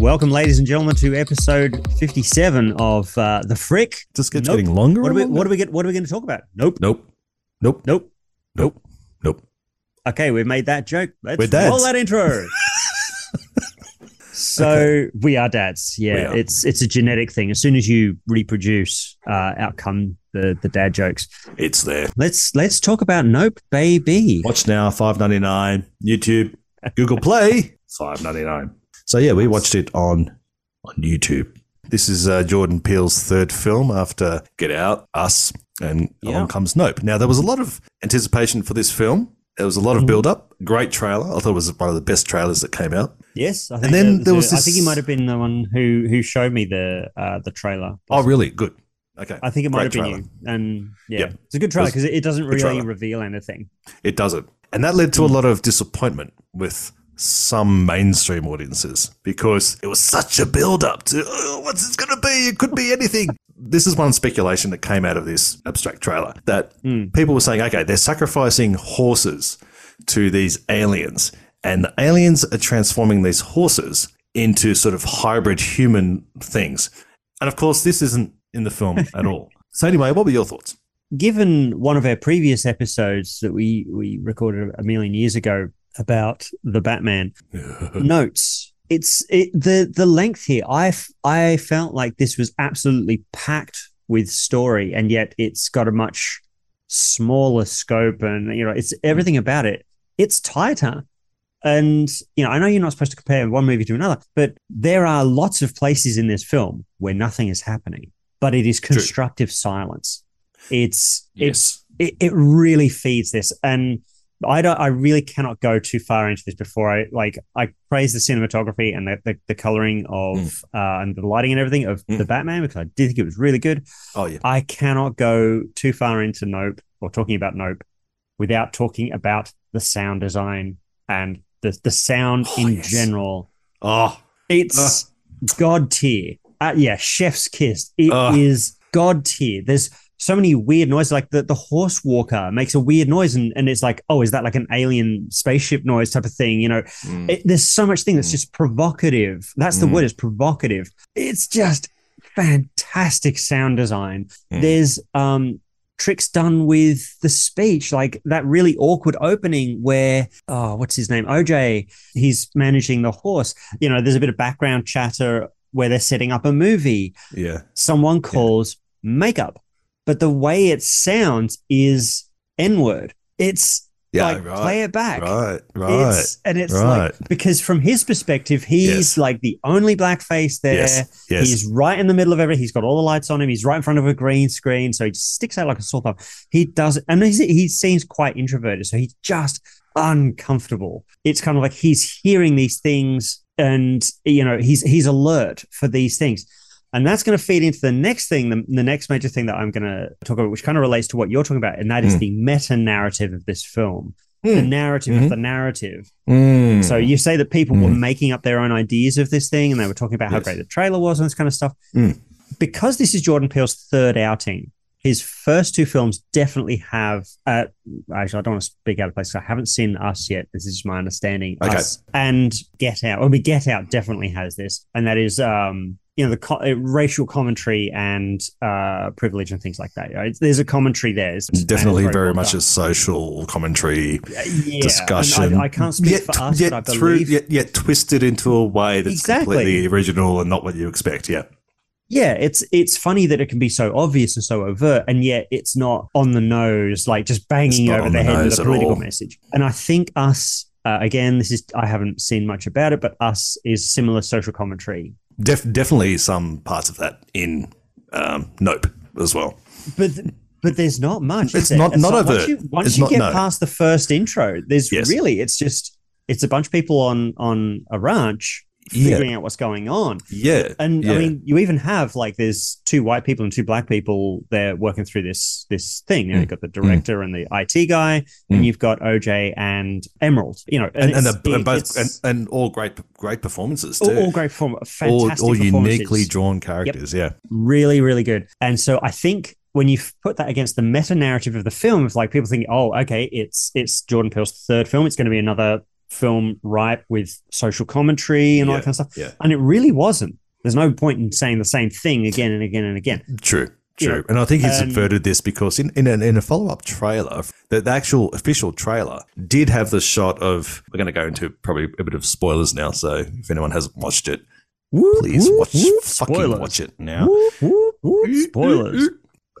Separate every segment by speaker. Speaker 1: Welcome, ladies and gentlemen, to episode 57 of uh, The Frick.
Speaker 2: Just keeps
Speaker 1: Nope.
Speaker 2: getting longer.
Speaker 1: What are
Speaker 2: and
Speaker 1: we,
Speaker 2: longer.
Speaker 1: what are we, get, what are we going to talk about? Nope.
Speaker 2: Nope. Nope.
Speaker 1: Nope.
Speaker 2: Nope. Nope.
Speaker 1: Okay, we've made that joke. Let's
Speaker 2: We're dads.
Speaker 1: roll that intro. so we are dads.
Speaker 2: We
Speaker 1: Yeah,
Speaker 2: are.
Speaker 1: it's it's a genetic thing. As soon as you reproduce, uh, out come the, the dad jokes.
Speaker 2: It's there.
Speaker 1: Let's let's talk about Nope, baby.
Speaker 2: Watch now. Five ninety nine. YouTube. Google Play. Five ninety nine. So yeah, we watched it on on YouTube. This is uh, Jordan Peele's third film after Get Out, Us, and
Speaker 1: Yeah.
Speaker 2: along comes Nope. Now there was a lot of anticipation for this film. There was a
Speaker 1: Mm-hmm.
Speaker 2: lot of build up. Great trailer. I thought it was one of the best trailers that came out.
Speaker 1: Yes, I think
Speaker 2: then
Speaker 1: that-
Speaker 2: there was
Speaker 1: I think he
Speaker 2: this-
Speaker 1: might have been the one who who showed me the uh, the trailer.
Speaker 2: Oh, really? Good. Okay.
Speaker 1: I think it might have
Speaker 2: Great
Speaker 1: been you. And yeah,
Speaker 2: Yep.
Speaker 1: it's a good trailer because it, it doesn't really
Speaker 2: trailer.
Speaker 1: reveal anything.
Speaker 2: It doesn't. And that led to a lot of disappointment with some mainstream audiences because it was such a build up to oh, what's this going to be? It could be anything. this is one speculation that came out of this abstract trailer that
Speaker 1: Mm.
Speaker 2: people were saying, okay, they're sacrificing horses to these aliens, and the aliens are transforming these horses into sort of hybrid human things. And of course, this isn't in the film at all. So, anyway, what were your thoughts?
Speaker 1: Given one of our previous episodes that we we recorded a million years ago about the Batman notes, it's it, the the length here. I f- I felt like this was absolutely packed with story, and yet it's got a much smaller scope, and you know, it's everything about it. It's tighter. And you know, I know you're not supposed to compare one movie to another, but there are lots of places in this film where nothing is happening, but it is constructive silence. It's it's it, it really feeds this, and I don't. I really cannot go too far into this before I like. I praise the cinematography and the the, the coloring of uh, and the lighting and everything of the
Speaker 2: Mm.
Speaker 1: Batman because I did think it was really good.
Speaker 2: Oh, yeah.
Speaker 1: I cannot go too far into Nope or talking about Nope without talking about the sound design and the the sound
Speaker 2: Oh,
Speaker 1: in
Speaker 2: yes.
Speaker 1: general.
Speaker 2: Oh,
Speaker 1: It's god tier. Uh, yeah, chef's kiss. It is
Speaker 2: Ugh.
Speaker 1: god tier. There's so many weird noises. Like the, the horse walker makes a weird noise, and, and it's like, oh, is that like an alien spaceship noise type of thing? You know,
Speaker 2: Mm.
Speaker 1: it, there's so much thing that's
Speaker 2: Mm.
Speaker 1: just provocative. That's the
Speaker 2: Mm.
Speaker 1: word is provocative. It's just fantastic sound design.
Speaker 2: Mm.
Speaker 1: There's um tricks done with the speech, like that really awkward opening where oh, what's his name? OJ, he's managing the horse. You know, there's a bit of background chatter where they're setting up a movie.
Speaker 2: yeah.
Speaker 1: Someone calls makeup, but the way it sounds is N-word. It's
Speaker 2: Yeah,
Speaker 1: like
Speaker 2: right.
Speaker 1: play it back.
Speaker 2: Right, right.
Speaker 1: It's, uh, and it's
Speaker 2: right.
Speaker 1: like because from his perspective, he's
Speaker 2: Yes.
Speaker 1: like the only black face there.
Speaker 2: yes, yes.
Speaker 1: He's right in the middle of everything. He's got all the lights on him. He's right in front of a green screen, so he just sticks out like a sore thumb. He does, and he's, he seems quite introverted, so he's just uncomfortable. It's kind of like he's hearing these things, and you know he's he's alert for these things. And that's going to feed into the next thing, the, the next major thing that I'm going to talk about, which kind of relates to what you're talking about, and that is
Speaker 2: Mm.
Speaker 1: the meta narrative of this film, the
Speaker 2: Mm.
Speaker 1: narrative
Speaker 2: Mhm.
Speaker 1: of the narrative.
Speaker 2: Mm.
Speaker 1: So you say that people were
Speaker 2: Mm.
Speaker 1: making up their own ideas of this thing, and they were talking about how
Speaker 2: Yes.
Speaker 1: great the trailer was and this kind of stuff.
Speaker 2: Mm.
Speaker 1: Because this is Jordan Peele's third outing, his first two films definitely have. Uh, actually, I don't want to speak out of place. 'cause I haven't seen Us yet. This is my understanding.
Speaker 2: Okay.
Speaker 1: Us and Get Out. I mean, Get Out definitely has this, and that is. Um, you know the co- uh, racial commentary and uh, privilege and things like that. right? There's a commentary there. It's- and it's
Speaker 2: Definitely very
Speaker 1: well
Speaker 2: much
Speaker 1: done.
Speaker 2: a social commentary
Speaker 1: Uh, yeah. And I-
Speaker 2: discussion.
Speaker 1: I, can't speak
Speaker 2: yet,
Speaker 1: for us,
Speaker 2: yet
Speaker 1: but I
Speaker 2: through-
Speaker 1: believe
Speaker 2: yet, yet twisted into a way that's
Speaker 1: Exactly.
Speaker 2: completely original and not what you expect. Yeah.
Speaker 1: yeah it's it's funny that it can be so obvious and so overt and yet it's not on the nose like just banging
Speaker 2: not
Speaker 1: over
Speaker 2: on
Speaker 1: the
Speaker 2: the
Speaker 1: head with
Speaker 2: nose
Speaker 1: a
Speaker 2: at
Speaker 1: political
Speaker 2: all.
Speaker 1: message and i think us uh, again this is i haven't seen much about it but us is similar social commentary
Speaker 2: Def- definitely some parts of that in um, Nope as well.
Speaker 1: but but there's not much is
Speaker 2: It's
Speaker 1: there?
Speaker 2: not- not
Speaker 1: once
Speaker 2: overt.
Speaker 1: you, once
Speaker 2: It's
Speaker 1: you
Speaker 2: not-
Speaker 1: get
Speaker 2: no.
Speaker 1: past the first intro there's
Speaker 2: Yes.
Speaker 1: really it's just it's a bunch of people on on a ranch
Speaker 2: Yeah.
Speaker 1: figuring out what's going on
Speaker 2: Yeah.
Speaker 1: And I
Speaker 2: Yeah.
Speaker 1: mean, you even have like there's two white people and two black people. They're working through this this thing. You know,
Speaker 2: Mm.
Speaker 1: you've got the director and the IT guy, and
Speaker 2: Mm.
Speaker 1: you've got OJ and Emerald. You know,
Speaker 2: And, and,
Speaker 1: it's-
Speaker 2: the, and
Speaker 1: it-
Speaker 2: both and,
Speaker 1: it's
Speaker 2: and all great great performances
Speaker 1: all,
Speaker 2: too.
Speaker 1: all great form,
Speaker 2: all,
Speaker 1: fantastic,
Speaker 2: all
Speaker 1: performances.
Speaker 2: uniquely drawn characters.
Speaker 1: really, really good. And so I think when you put that against the meta narrative of the film, it's like people think, oh, okay, it's it's Jordan Peele's third film. It's going to be another film ripe with social commentary and all
Speaker 2: Yeah,
Speaker 1: that kind of stuff.
Speaker 2: yeah.
Speaker 1: And it really wasn't. There's no point in saying the same thing again and again and again.
Speaker 2: True.
Speaker 1: You
Speaker 2: True.
Speaker 1: know,
Speaker 2: and I think he
Speaker 1: um,
Speaker 2: subverted this because in, in, a, in a follow-up trailer, the, the actual official trailer did have the shot of, we're going to go into probably a bit of spoilers now. So if anyone hasn't watched it,
Speaker 1: Whoop,
Speaker 2: please
Speaker 1: whoop,
Speaker 2: watch,
Speaker 1: whoop,
Speaker 2: fucking
Speaker 1: spoilers.
Speaker 2: watch it now.
Speaker 1: Whoop, whoop, whoop, spoilers.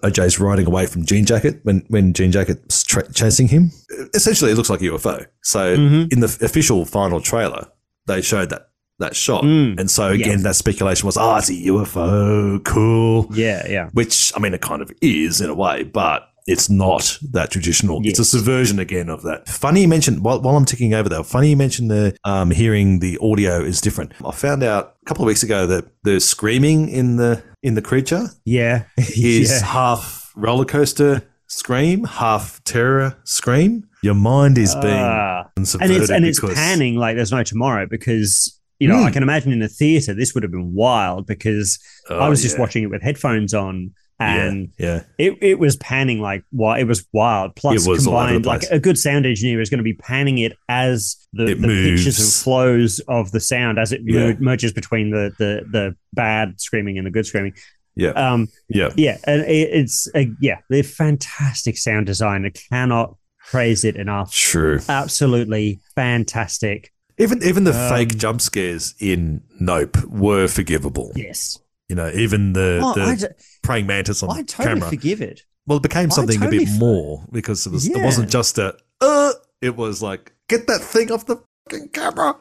Speaker 2: OJ's riding away from Jean Jacket when, when Jean Jacket's tra- chasing him. Essentially, it looks like a UFO. So
Speaker 1: Mhm.
Speaker 2: in the official final trailer, they showed that that shot.
Speaker 1: Mm.
Speaker 2: And so again, that speculation was, oh, it's a UFO. Cool.
Speaker 1: Yeah, yeah.
Speaker 2: Which, I mean, it kind of is in a way, but it's not that traditional. It's a subversion again of that. Funny you mentioned, while, while I'm ticking over though, funny you mentioned the um, hearing the audio is different. I found out a couple of weeks ago that the screaming in the in the creature
Speaker 1: Yeah.
Speaker 2: is
Speaker 1: yeah.
Speaker 2: half roller coaster scream, half terror scream. Your mind is being
Speaker 1: Ah. and
Speaker 2: subverted
Speaker 1: it's and it's
Speaker 2: because-
Speaker 1: panning like there's no tomorrow because you know
Speaker 2: Hmm.
Speaker 1: I can imagine in a theater this would have been wild because
Speaker 2: Oh,
Speaker 1: I was just
Speaker 2: yeah.
Speaker 1: watching it with headphones on and
Speaker 2: Yeah,
Speaker 1: it, it was panning like wild. It was wild. Plus,
Speaker 2: It was all over
Speaker 1: combined
Speaker 2: the
Speaker 1: like
Speaker 2: place.
Speaker 1: a good sound engineer is going to be panning it as the,
Speaker 2: It
Speaker 1: the pictures and
Speaker 2: moves.
Speaker 1: flows of the sound as it
Speaker 2: Yeah.
Speaker 1: mer- merges between the, the the bad screaming and the good screaming.
Speaker 2: yeah, yeah,
Speaker 1: Um,
Speaker 2: yeah.
Speaker 1: yeah, and it, it's uh, yeah, they're fantastic sound design. I cannot praise it enough.
Speaker 2: True.
Speaker 1: Absolutely fantastic.
Speaker 2: Even even the
Speaker 1: Um,
Speaker 2: fake jump scares in Nope were forgivable.
Speaker 1: Yes.
Speaker 2: You know, even the,
Speaker 1: Oh,
Speaker 2: the
Speaker 1: I, d-
Speaker 2: praying mantis on
Speaker 1: I totally
Speaker 2: camera.
Speaker 1: forgive it.
Speaker 2: well, it became
Speaker 1: I
Speaker 2: something
Speaker 1: totally
Speaker 2: a bit
Speaker 1: f-
Speaker 2: more because it was it
Speaker 1: Yeah.
Speaker 2: wasn't just a uh. It was like get that thing off the fucking camera.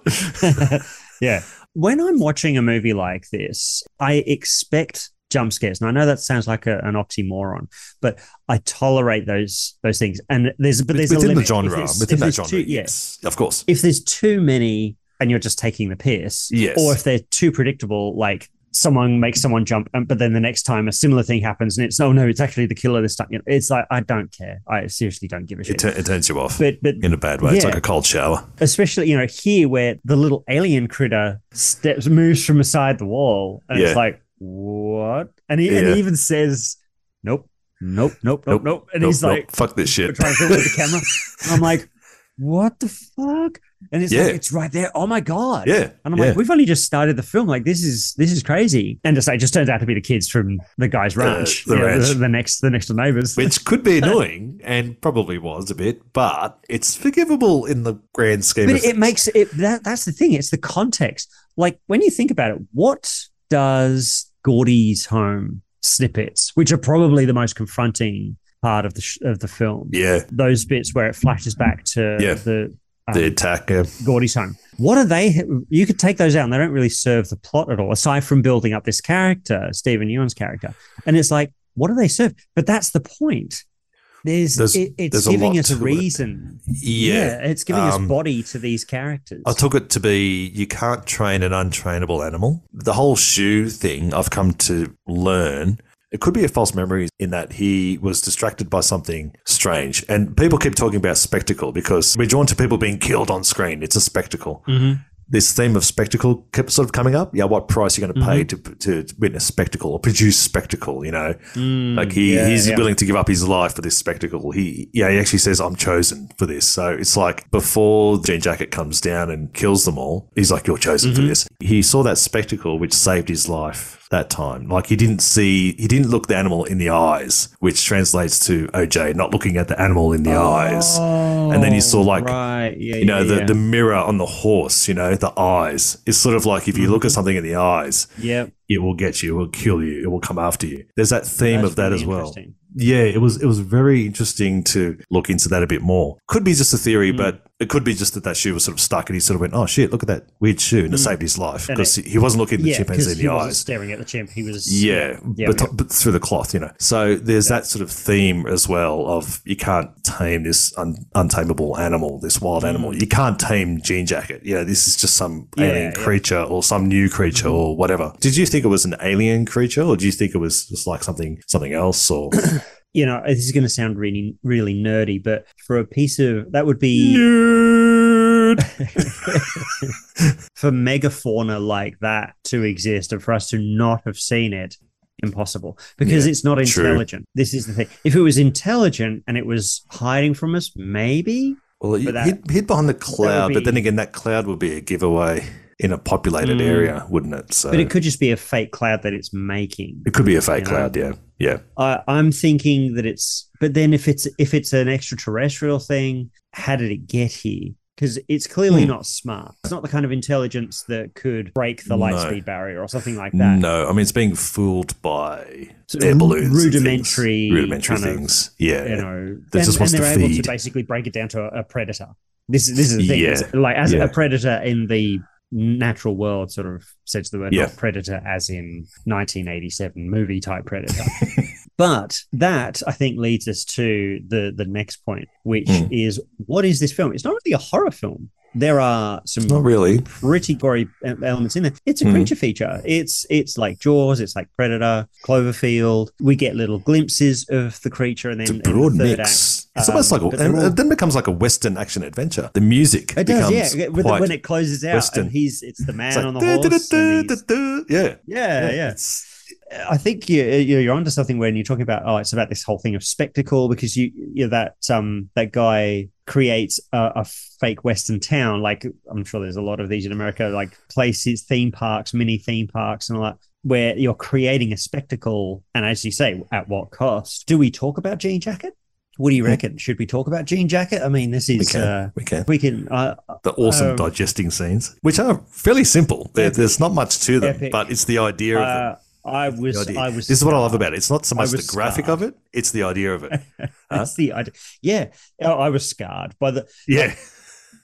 Speaker 1: yeah. When I'm watching a movie like this, I expect jump scares. And I know that sounds like a, an oxymoron, but I tolerate those those things. And there's but there's a
Speaker 2: within the
Speaker 1: limit. If
Speaker 2: genre,
Speaker 1: there's-
Speaker 2: within
Speaker 1: if
Speaker 2: that
Speaker 1: there's
Speaker 2: genre,
Speaker 1: Too, yeah.
Speaker 2: yes, of course.
Speaker 1: If there's too many and you're just taking the piss,
Speaker 2: Yes.
Speaker 1: or if they're too predictable, like someone makes someone jump, and, but then the next time a similar thing happens, and it's oh no, it's actually the killer this time. You know, It's like I don't care. I seriously don't give a
Speaker 2: It,
Speaker 1: shit.
Speaker 2: tur- it turns you off
Speaker 1: But but
Speaker 2: in a bad way. It's
Speaker 1: Yeah.
Speaker 2: like a cold shower.
Speaker 1: especially you know here where the little alien critter steps moves from aside the wall and
Speaker 2: Yeah.
Speaker 1: it's like what and he, and
Speaker 2: Yeah.
Speaker 1: he even says nope nope nope nope
Speaker 2: Nope,
Speaker 1: nope, and
Speaker 2: Nope,
Speaker 1: he's
Speaker 2: nope,
Speaker 1: like
Speaker 2: "Fuck this shit."
Speaker 1: trying to film with the camera and i'm like what the fuck and it's
Speaker 2: Yeah.
Speaker 1: like it's right there oh my god
Speaker 2: yeah,
Speaker 1: and i'm
Speaker 2: yeah.
Speaker 1: like we've only just started the film like this is this is crazy and just like just turns out to be the kids from the guy's ranch,
Speaker 2: the
Speaker 1: you know,
Speaker 2: ranch.
Speaker 1: The, the next the next door neighbors
Speaker 2: which could be annoying and probably was a bit, but it's forgivable in the grand scheme.
Speaker 1: but
Speaker 2: of
Speaker 1: it makes it that that's the thing it's the context like when you think about it what does gordy's home snippets which are probably the most confronting part of the sh- of the film
Speaker 2: yeah,
Speaker 1: those bits where it flashes back to
Speaker 2: Yeah.
Speaker 1: the um,
Speaker 2: the attack. Yeah,
Speaker 1: Gordy's home. What are they? You could take those out, and they don't really serve the plot at all, aside from building up this character, Stephen Ewan's character. And it's like, what do they serve? But that's the point. There's,
Speaker 2: There's-
Speaker 1: it, it's
Speaker 2: there's a lot
Speaker 1: giving us a
Speaker 2: to it.
Speaker 1: reason.
Speaker 2: yeah.
Speaker 1: it's giving
Speaker 2: Um,
Speaker 1: us body to these characters.
Speaker 2: I took it to be you can't train an untrainable animal. The whole shoe thing I've come to learn. It could be a false memory in that he was distracted by something strange. And people keep talking about spectacle because we're drawn to people being killed on screen. It's a spectacle.
Speaker 1: Mhm.
Speaker 2: this theme of spectacle kept sort of coming up. Yeah, what price are you going to pay to, to witness spectacle or produce spectacle? You know,
Speaker 1: Mm,
Speaker 2: like he,
Speaker 1: yeah,
Speaker 2: he's
Speaker 1: yeah.
Speaker 2: willing to give up his life for this spectacle. He yeah, he actually says I'm chosen for this. So it's like before Jean Jacket comes down and kills them all, he's like you're chosen for
Speaker 1: Mhm.
Speaker 2: this. He saw that spectacle which saved his life that time. Like he didn't see, he didn't look the animal in the eyes, which translates to OJ not looking at the animal in the eyes. And then you saw, like,
Speaker 1: Oh, right. yeah,
Speaker 2: You know,
Speaker 1: yeah,
Speaker 2: the,
Speaker 1: Oh, yeah.
Speaker 2: the mirror on the horse, you know, the eyes. It's sort of like if you
Speaker 1: Mm-hmm.
Speaker 2: look at something in the eyes,
Speaker 1: Yep.
Speaker 2: it will get you, it will kill you, it will come after you. There's that theme
Speaker 1: That's
Speaker 2: of that
Speaker 1: really
Speaker 2: as well.
Speaker 1: interesting.
Speaker 2: Yeah, it was it was very interesting to look into that a bit more. Could be just a theory,
Speaker 1: Mm.
Speaker 2: but it could be just that that shoe was sort of stuck and he sort of went, oh shit, look at that weird shoe. And it
Speaker 1: Mm.
Speaker 2: saved his life
Speaker 1: And
Speaker 2: because he he wasn't looking the
Speaker 1: Yeah,
Speaker 2: chimpanzee
Speaker 1: because
Speaker 2: in
Speaker 1: he
Speaker 2: the
Speaker 1: wasn't
Speaker 2: eyes.
Speaker 1: staring at the chimp. He was
Speaker 2: Yeah,
Speaker 1: Yeah,
Speaker 2: but,
Speaker 1: yeah.
Speaker 2: but through the cloth, you know. So there's that sort of theme as well of you can't tame this un- untamable animal, this wild animal. You can't tame Jean Jacket. You know, this is just some
Speaker 1: Mm. Yeah,
Speaker 2: alien
Speaker 1: yeah. Mm-hmm.
Speaker 2: creature or some new creature or whatever. Did you think it was an alien creature, or do you think it was just like something something else? Or
Speaker 1: You know, this is going to sound really, really nerdy, but for a piece of that would be for megafauna like that to exist and for us to not have seen it impossible because it's not
Speaker 2: true.
Speaker 1: intelligent this is the thing if it was intelligent and it was hiding from us maybe
Speaker 2: Well, you-
Speaker 1: that-
Speaker 2: hid, hid behind the cloud, but
Speaker 1: be-
Speaker 2: then again, that cloud would be a giveaway in a populated
Speaker 1: Mm.
Speaker 2: area, wouldn't it? So
Speaker 1: But it could just be a fake cloud that it's making.
Speaker 2: it could be a fake
Speaker 1: you know.
Speaker 2: cloud. Yeah, yeah.
Speaker 1: I, I'm thinking that it's, but then if it's if it's an extraterrestrial thing, how did it get here? Because it's clearly
Speaker 2: Hmm.
Speaker 1: not smart. It's not the kind of intelligence that could break the light
Speaker 2: No.
Speaker 1: speed barrier or something like that.
Speaker 2: No, I mean it's being fooled by
Speaker 1: So
Speaker 2: air balloons, and
Speaker 1: rudimentary
Speaker 2: things. rudimentary
Speaker 1: kind of,
Speaker 2: things. yeah,
Speaker 1: You know,
Speaker 2: That
Speaker 1: and,
Speaker 2: just wants
Speaker 1: and
Speaker 2: to
Speaker 1: they're able
Speaker 2: feed.
Speaker 1: to basically break it down to a, a predator. This is this is the thing.
Speaker 2: Yeah.
Speaker 1: It's Like as
Speaker 2: Yeah.
Speaker 1: a predator in the natural world, sort of sense of the word,
Speaker 2: Yeah.
Speaker 1: not predator as in 1987 movie type predator. But that I think leads us to the the next point, which
Speaker 2: Hmm.
Speaker 1: is what is this film? It's not really a horror film. There are some
Speaker 2: not really.
Speaker 1: pretty gory e- elements in there. It's a
Speaker 2: Hmm.
Speaker 1: creature feature. It's it's like Jaws. It's like Predator, Cloverfield. We get little glimpses of the creature, and then
Speaker 2: It's a
Speaker 1: in the
Speaker 2: broad
Speaker 1: third act-
Speaker 2: mix. it's
Speaker 1: um,
Speaker 2: almost like, a,
Speaker 1: but they're
Speaker 2: and
Speaker 1: all-
Speaker 2: it then becomes like a Western action adventure. The music
Speaker 1: It does,
Speaker 2: becomes
Speaker 1: yeah. With the-
Speaker 2: quite.
Speaker 1: when it closes out,
Speaker 2: Western.
Speaker 1: and he's it's the man
Speaker 2: it's like,
Speaker 1: on the
Speaker 2: "Du- du-
Speaker 1: horse.
Speaker 2: du-
Speaker 1: and
Speaker 2: du-
Speaker 1: he's-
Speaker 2: du- du." yeah,
Speaker 1: Yeah, yeah.
Speaker 2: It's,
Speaker 1: I think you, you- you're onto something when you're talking about oh, it's about this whole thing of spectacle because you you that um that guy creates a, a fake Western town. Like I'm sure there's a lot of these in America, like places, theme parks, mini theme parks, and all that. Where you're creating a spectacle, and as you say, at what cost? Do we talk about Jean Jacket? What do you reckon? Should we talk about Jean Jacket? I mean, this is
Speaker 2: can.
Speaker 1: uh,
Speaker 2: we can.
Speaker 1: we can. Uh,
Speaker 2: the awesome
Speaker 1: Um,
Speaker 2: digesting scenes, which are fairly simple. There-
Speaker 1: Epic.
Speaker 2: there's not much to them,
Speaker 1: Epic.
Speaker 2: but it's the idea of them.
Speaker 1: uh, I
Speaker 2: The
Speaker 1: was.
Speaker 2: idea.
Speaker 1: I was.
Speaker 2: this is what I love about it. It's not so
Speaker 1: I
Speaker 2: much the
Speaker 1: was
Speaker 2: graphic
Speaker 1: scarred.
Speaker 2: of it; it's the idea of it.
Speaker 1: That's the idea. Yeah, I I was scarred by the
Speaker 2: Yeah,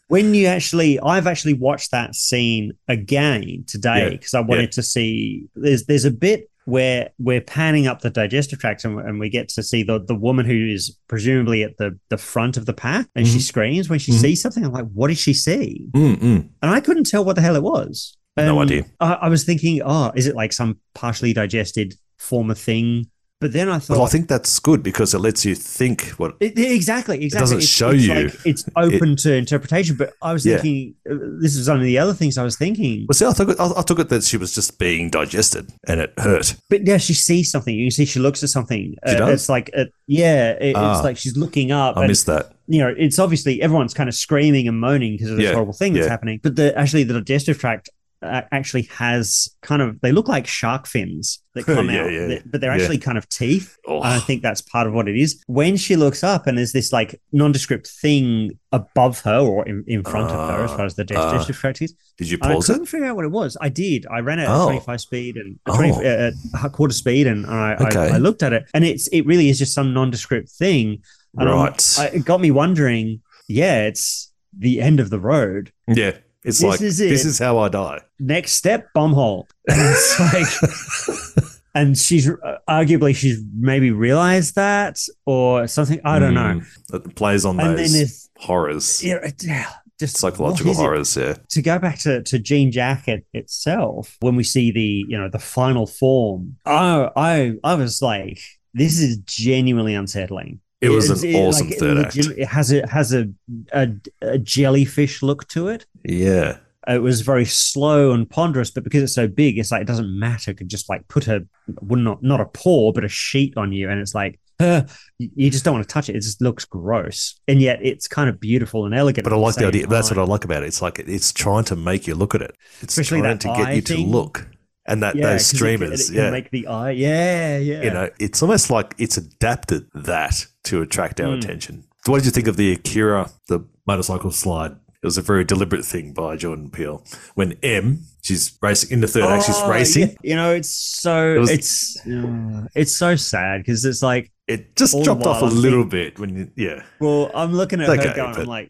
Speaker 1: when you actually i've actually watched that scene again today
Speaker 2: Yeah,
Speaker 1: because i wanted to see there's there's a bit where we're panning up the digestive tracts and, and we get to see the, the woman who is presumably at the, the front of the pack and she
Speaker 2: Mhm.
Speaker 1: screams when she
Speaker 2: Mhm.
Speaker 1: sees something i'm like what did she see
Speaker 2: mm mm.
Speaker 1: and i couldn't tell what the hell it was
Speaker 2: No
Speaker 1: And
Speaker 2: idea.
Speaker 1: I, I was thinking oh is it like some partially digested former thing but then i thought
Speaker 2: but I think that's good because it lets you think. What?
Speaker 1: it, it- exactly, exactly.
Speaker 2: doesn't
Speaker 1: It's-
Speaker 2: show
Speaker 1: it's
Speaker 2: you.
Speaker 1: Like, it's open to interpretation. But I was
Speaker 2: Yeah.
Speaker 1: thinking, uh, this is one of the other things I was thinking.
Speaker 2: Well, see, I took it. I, I took it that she was just being digested, and it hurt.
Speaker 1: But yeah, she sees something. You can see she looks at something.
Speaker 2: She does?
Speaker 1: It's like, uh, yeah, it,
Speaker 2: Ah.
Speaker 1: it's like she's looking up.
Speaker 2: I
Speaker 1: and,
Speaker 2: missed that.
Speaker 1: you know, it's obviously everyone's kind of screaming and moaning because of this
Speaker 2: Yeah,
Speaker 1: horrible thing that's
Speaker 2: yeah.
Speaker 1: happening. But the actually, the digestive tract uh, actually has kind of they look like shark fins that come
Speaker 2: Yeah,
Speaker 1: out,
Speaker 2: yeah.
Speaker 1: that- but they're
Speaker 2: Yeah.
Speaker 1: actually kind of teeth.
Speaker 2: Oh,
Speaker 1: And I think that's part of what it is. When she looks up and there's this like nondescript thing above her or in, in front of her, as
Speaker 2: Ah,
Speaker 1: far as the
Speaker 2: ah.
Speaker 1: digestive tract is,
Speaker 2: did you
Speaker 1: and I
Speaker 2: pause it?
Speaker 1: couldn't figure out what it was. I did. I ran it
Speaker 2: Oh.
Speaker 1: at 25 speed and
Speaker 2: Oh.
Speaker 1: 20, uh, at quarter speed, and I,
Speaker 2: Okay.
Speaker 1: I, I looked at it, and it's it really is just some nondescript thing. And I'm-
Speaker 2: Right.
Speaker 1: I, it got me wondering. Yeah, it's the end of the road.
Speaker 2: yeah. It's
Speaker 1: This
Speaker 2: like
Speaker 1: is it.
Speaker 2: this is how I die.
Speaker 1: Next step, bumhole. And it's like. And she's uh, arguably she's maybe realized that or something. I don't know.
Speaker 2: know. Mm. It plays on
Speaker 1: and then
Speaker 2: those
Speaker 1: there's
Speaker 2: horrors,
Speaker 1: yeah, it- yeah, just
Speaker 2: psychological
Speaker 1: what is it?
Speaker 2: horrors. Yeah.
Speaker 1: To go back to to Jean Jacket itself, when we see the you know the final form, I I I was like, this is genuinely unsettling.
Speaker 2: It was an
Speaker 1: It's- it-
Speaker 2: awesome
Speaker 1: like,
Speaker 2: third
Speaker 1: it
Speaker 2: act.
Speaker 1: legit- It has a has a, a a jellyfish look to it.
Speaker 2: Yeah.
Speaker 1: It was very slow and ponderous, but because it's so big, it's like it doesn't matter. It could just like put a well, not not a paw, but a sheet on you, and it's like. Uh, you just don't want to touch it. It just looks gross, and yet it's kind of beautiful and elegant.
Speaker 2: But I like the idea. That's
Speaker 1: I.
Speaker 2: what I like about it. It's like it- it's trying to make you look at it. It's
Speaker 1: Especially
Speaker 2: trying
Speaker 1: that
Speaker 2: to get
Speaker 1: eye
Speaker 2: you
Speaker 1: thing.
Speaker 2: to look. And that those
Speaker 1: 'cause it
Speaker 2: streamers,
Speaker 1: can- it can
Speaker 2: yeah,
Speaker 1: make the eye, yeah, yeah.
Speaker 2: you know, it's almost like it's adapted that to attract our
Speaker 1: Mm.
Speaker 2: attention. So what did you think of the Akira, the motorcycle slide? It was a very deliberate thing by Jordan Peele. When M, she's racing in the third act, she's
Speaker 1: Oh,
Speaker 2: racing.
Speaker 1: yeah. You know, it's so
Speaker 2: It was-
Speaker 1: it's uh, it's so sad because it's like,
Speaker 2: It just
Speaker 1: All the
Speaker 2: dropped off a
Speaker 1: while I'm
Speaker 2: little bit when you, yeah,
Speaker 1: well, I'm looking at
Speaker 2: Okay,
Speaker 1: her going,
Speaker 2: but-
Speaker 1: I'm like,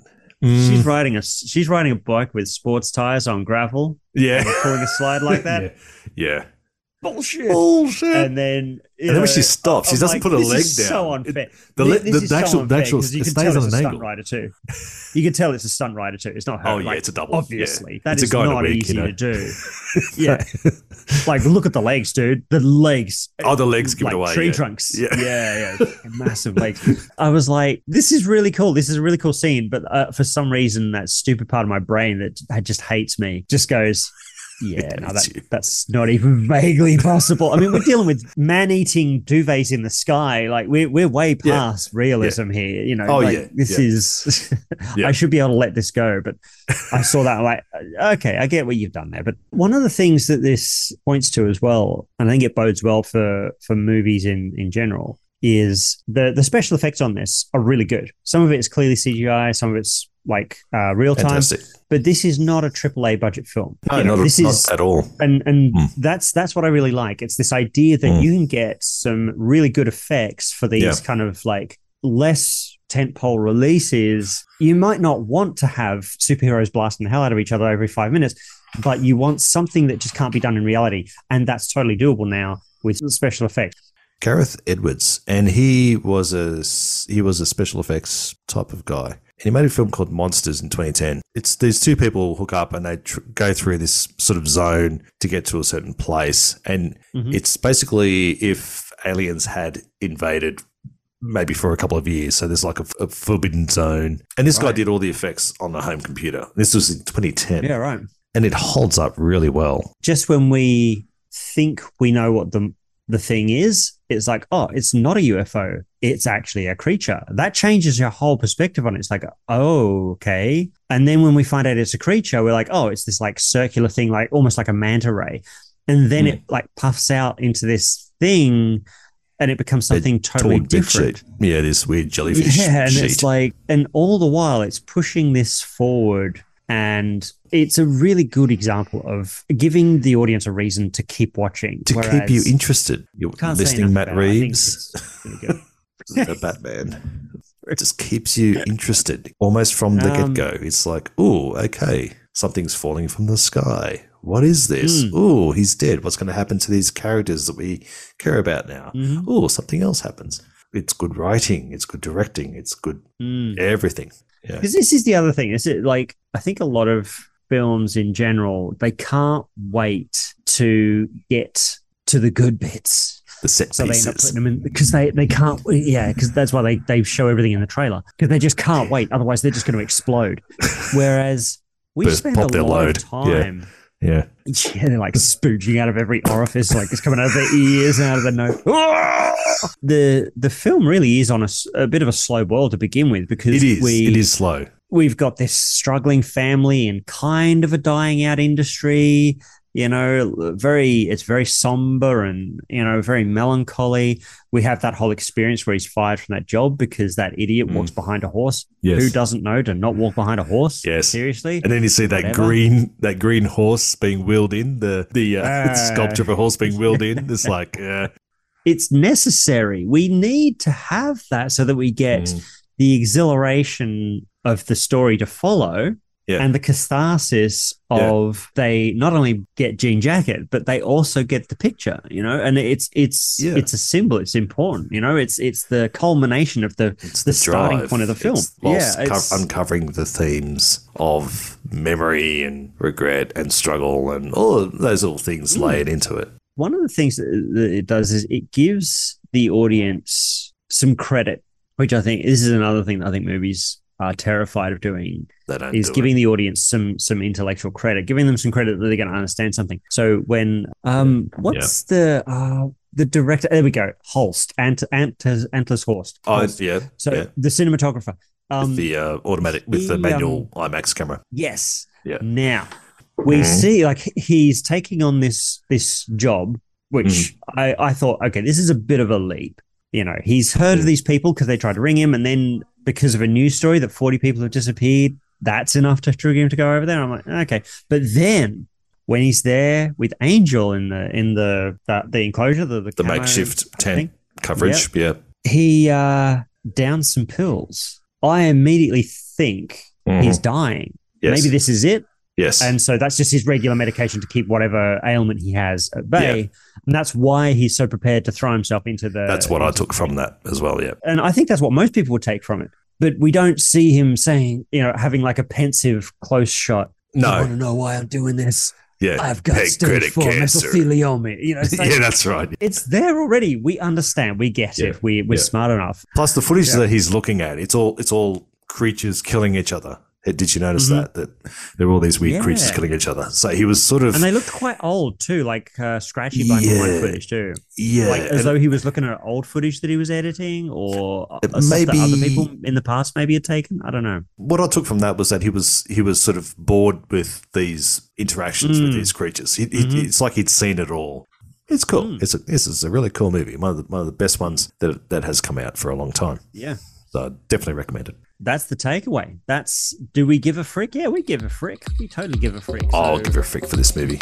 Speaker 2: Mm.
Speaker 1: she's riding a she's riding a bike with sports tires on gravel, and
Speaker 2: yeah,
Speaker 1: pulling a slide like that.
Speaker 2: yeah,
Speaker 1: Bullshit.
Speaker 2: yeah. Bullshit. And,
Speaker 1: And then, you
Speaker 2: then
Speaker 1: know,
Speaker 2: when she stops, she
Speaker 1: I'm
Speaker 2: doesn't
Speaker 1: like,
Speaker 2: put her
Speaker 1: this
Speaker 2: leg
Speaker 1: is
Speaker 2: down.
Speaker 1: So
Speaker 2: It-
Speaker 1: unfair.
Speaker 2: the,
Speaker 1: Thi-
Speaker 2: le-
Speaker 1: this
Speaker 2: the,
Speaker 1: is
Speaker 2: the
Speaker 1: so
Speaker 2: actual, the
Speaker 1: unfair
Speaker 2: actual, it
Speaker 1: 'cause you can
Speaker 2: stays
Speaker 1: tell
Speaker 2: on
Speaker 1: it's
Speaker 2: an
Speaker 1: a
Speaker 2: angle.
Speaker 1: stunt rider too. You can tell it's a stunt rider too. It's not her.
Speaker 2: Oh yeah,
Speaker 1: like,
Speaker 2: it's a double.
Speaker 1: obviously
Speaker 2: yeah.
Speaker 1: that
Speaker 2: It's a
Speaker 1: is
Speaker 2: guy in a
Speaker 1: not
Speaker 2: wig, you
Speaker 1: easy
Speaker 2: know.
Speaker 1: to do. yeah, like look at the legs, dude. The legs.
Speaker 2: Oh, the legs give
Speaker 1: like
Speaker 2: it away.
Speaker 1: Tree
Speaker 2: yeah.
Speaker 1: trunks.
Speaker 2: Yeah.
Speaker 1: Yeah, yeah, massive legs. I was like, this is really cool. This is a really cool scene, but uh, for some reason, that stupid part of my brain that that just hates me just goes. Yeah, no,
Speaker 2: hates
Speaker 1: that,
Speaker 2: you.
Speaker 1: that's not even vaguely possible. I mean, we're dealing with man-eating duvets in the sky. Like we're we're way
Speaker 2: Yeah.
Speaker 1: past realism here. You know,
Speaker 2: Oh,
Speaker 1: like,
Speaker 2: yeah,
Speaker 1: this
Speaker 2: yeah.
Speaker 1: is.
Speaker 2: Yeah.
Speaker 1: I should be able to let this go, but I saw that. I'm like, okay, I get what you've done there. But one of the things that this points to as well, and I think it bodes well for for movies in in general, is the the special effects on this are really good. Some of it is clearly CGI. Some of it's like uh, real time.
Speaker 2: Fantastic.
Speaker 1: But this is not a AAA budget film.
Speaker 2: No,
Speaker 1: You know,
Speaker 2: not,
Speaker 1: this
Speaker 2: not
Speaker 1: is
Speaker 2: at all.
Speaker 1: and and
Speaker 2: Mm.
Speaker 1: that's that's what I really like. It's this idea that
Speaker 2: Mm.
Speaker 1: you can get some really good effects for these
Speaker 2: Yeah.
Speaker 1: kind of like less tentpole releases. You might not want to have superheroes blasting the hell out of each other every five minutes, but you want something that just can't be done in reality, and that's totally doable now with special effects.
Speaker 2: Gareth Edwards, and he was a he was a special effects type of guy. And he made a film called Monsters in 2010. It's these two people hook up and they tr- go through this sort of zone to get to a certain place, and
Speaker 1: Mhm.
Speaker 2: it's basically if aliens had invaded. Maybe for a couple of years, so there's like a, a forbidden zone, and this guy
Speaker 1: Right.
Speaker 2: did all the effects on the home computer. This was in 2010,
Speaker 1: Yeah, right.
Speaker 2: and it holds up really well.
Speaker 1: Just when we think we know what the the thing is, it's like, oh, it's not a UFO. It's actually a creature. That changes your whole perspective on it. It's like, oh, okay. And then when we find out it's a creature, we're like, oh, it's this like circular thing, like almost like a manta ray. And then it like puffs out into this thing and it becomes
Speaker 2: A
Speaker 1: something totally
Speaker 2: Tall bit
Speaker 1: different.
Speaker 2: shape. yeah, this weird jellyfish.
Speaker 1: Yeah, and
Speaker 2: sheet.
Speaker 1: it's like, and all the while it's pushing this forward, and it's a really good example of giving the audience a reason to keep watching
Speaker 2: to keep
Speaker 1: whereas-
Speaker 2: you interested. You're
Speaker 1: Can't say
Speaker 2: listening,
Speaker 1: enough
Speaker 2: Matt
Speaker 1: about it. I think
Speaker 2: Reeves,
Speaker 1: it's really good.
Speaker 2: the Batman. It just keeps you interested almost from the
Speaker 1: Um,
Speaker 2: get go. It's like, oh, okay, something's falling from the sky. What is this?
Speaker 1: Mm.
Speaker 2: Oh, he's dead. What's going to happen to these characters that we care about now?
Speaker 1: Mhm.
Speaker 2: Oh, something else happens. It's good writing. It's good directing. It's good
Speaker 1: Mm.
Speaker 2: everything. Yeah.
Speaker 1: Because this is the other thing. Is it like I think a lot of films in general they can't wait to get to the good bits,
Speaker 2: The set
Speaker 1: so they end up
Speaker 2: pieces.
Speaker 1: putting them in because they they can't. Yeah, because that's why they they show everything in the trailer because they just can't wait. Otherwise, they're just going to explode. Whereas we
Speaker 2: Just
Speaker 1: spend a
Speaker 2: pop their
Speaker 1: lot of
Speaker 2: load. Yeah.
Speaker 1: time.
Speaker 2: yeah.
Speaker 1: Yeah, they're like spooching out of every orifice, like it's coming out of their ears and out of their nose. the the film really is on a, s- a bit of a slow boil to begin with because
Speaker 2: It is.
Speaker 1: we
Speaker 2: it is slow.
Speaker 1: we've got this struggling family and kind of a dying out industry you know very it's very somber and you know very melancholy we have that whole experience where he's fired from that job because that idiot
Speaker 2: Mm.
Speaker 1: walks behind a horse
Speaker 2: Yes.
Speaker 1: who doesn't know to not walk behind a horse
Speaker 2: Yes.
Speaker 1: seriously
Speaker 2: And then you see that
Speaker 1: Whatever.
Speaker 2: green that green horse being wheeled in the the uh,
Speaker 1: Ah.
Speaker 2: sculpture of a horse being wheeled in. It's like uh,
Speaker 1: it's necessary we need to have that so that we get
Speaker 2: Mm.
Speaker 1: the exhilaration of the story to follow
Speaker 2: Yeah.
Speaker 1: and the catharsis
Speaker 2: Yeah.
Speaker 1: of they not only get jean jacket but they also get the picture you know and it's it's
Speaker 2: Yeah.
Speaker 1: it's a symbol it's important you know it's it's the culmination of the
Speaker 2: it's
Speaker 1: the starting point of the film.
Speaker 2: It's whilst
Speaker 1: Yeah, it's-
Speaker 2: co- uncovering the themes of memory and regret and struggle and all of those little
Speaker 1: Mm.
Speaker 2: things layered into it.
Speaker 1: one of the things that that it does is it gives the audience some credit which i think this is another thing that i think movies are terrified of doing
Speaker 2: They don't
Speaker 1: is
Speaker 2: do
Speaker 1: giving the audience some some intellectual credit, giving them some credit that they're going to understand something. So when um, what's the uh, the director? There we go, Holst, Ant, Ant, Antlers Horst.
Speaker 2: It. Oh,
Speaker 1: Holst.
Speaker 2: yeah.
Speaker 1: so
Speaker 2: yeah.
Speaker 1: the cinematographer. Um,
Speaker 2: with the uh, automatic with the
Speaker 1: he,
Speaker 2: manual IMAX camera.
Speaker 1: yes.
Speaker 2: Yeah.
Speaker 1: Now we
Speaker 2: Mhm.
Speaker 1: see like he's taking on this this job,
Speaker 2: Mm.
Speaker 1: which I I thought okay, this is a bit of a leap. You know, he's heard
Speaker 2: Mhm.
Speaker 1: of these people because they tried to ring him, and then because of a news story that forty people have disappeared, that's enough to trigger him to go over there. I'm like, okay. But then when he's there with Angel in the in the that the enclosure, the the,
Speaker 2: The
Speaker 1: camo
Speaker 2: makeshift
Speaker 1: thing,
Speaker 2: tent coverage. Yeah.
Speaker 1: he uh downs some pills. I immediately think
Speaker 2: Mhm.
Speaker 1: he's dying.
Speaker 2: yes.
Speaker 1: Maybe this is it.
Speaker 2: yes.
Speaker 1: And so that's just his regular medication to keep whatever ailment he has at bay. And that's why he's so prepared to throw himself into the.
Speaker 2: That's what I took from that as well. Yeah.
Speaker 1: And I think that's what most people would take from it. But we don't see him saying, you know, having like a pensive close shot. I want to
Speaker 2: No.
Speaker 1: know why I'm doing this.
Speaker 2: Yeah.
Speaker 1: I've got stage
Speaker 2: Pancreatic
Speaker 1: four
Speaker 2: cancer.
Speaker 1: mesothelioma. You know, it's, like-
Speaker 2: yeah, that's right.
Speaker 1: it's there already. We understand. We get
Speaker 2: Yeah.
Speaker 1: it. We, we're
Speaker 2: Yeah.
Speaker 1: smart enough.
Speaker 2: Plus the footage
Speaker 1: Yeah.
Speaker 2: that he's looking at, it's all it's all creatures killing each other. Did you notice that? That there were all these weird
Speaker 1: Mm-hmm.
Speaker 2: creatures
Speaker 1: Yeah.
Speaker 2: killing each other. So he was sort of
Speaker 1: And they looked quite old too, like uh, scratchy by
Speaker 2: Yeah.
Speaker 1: my footage too.
Speaker 2: yeah,
Speaker 1: Like as
Speaker 2: and-
Speaker 1: though he was looking at old footage that he was editing or
Speaker 2: It
Speaker 1: stuff that
Speaker 2: may
Speaker 1: other
Speaker 2: be-
Speaker 1: people in the past maybe had taken. I don't know.
Speaker 2: what I took from that was that he was he was sort of bored with these interactions with
Speaker 1: Mm.
Speaker 2: these creatures. He, he-
Speaker 1: Mhm.
Speaker 2: it's like he'd seen it all. It's cool.
Speaker 1: Mm.
Speaker 2: It's a, this is a really cool movie. One of the, one of the best ones that that has come out for a long time.
Speaker 1: Yeah.
Speaker 2: So I definitely recommend it.
Speaker 1: That's the takeaway. That's do we give a frick? Yeah, we give a frick. We totally give a frick.
Speaker 2: I'll
Speaker 1: So-
Speaker 2: give it a frick for this movie.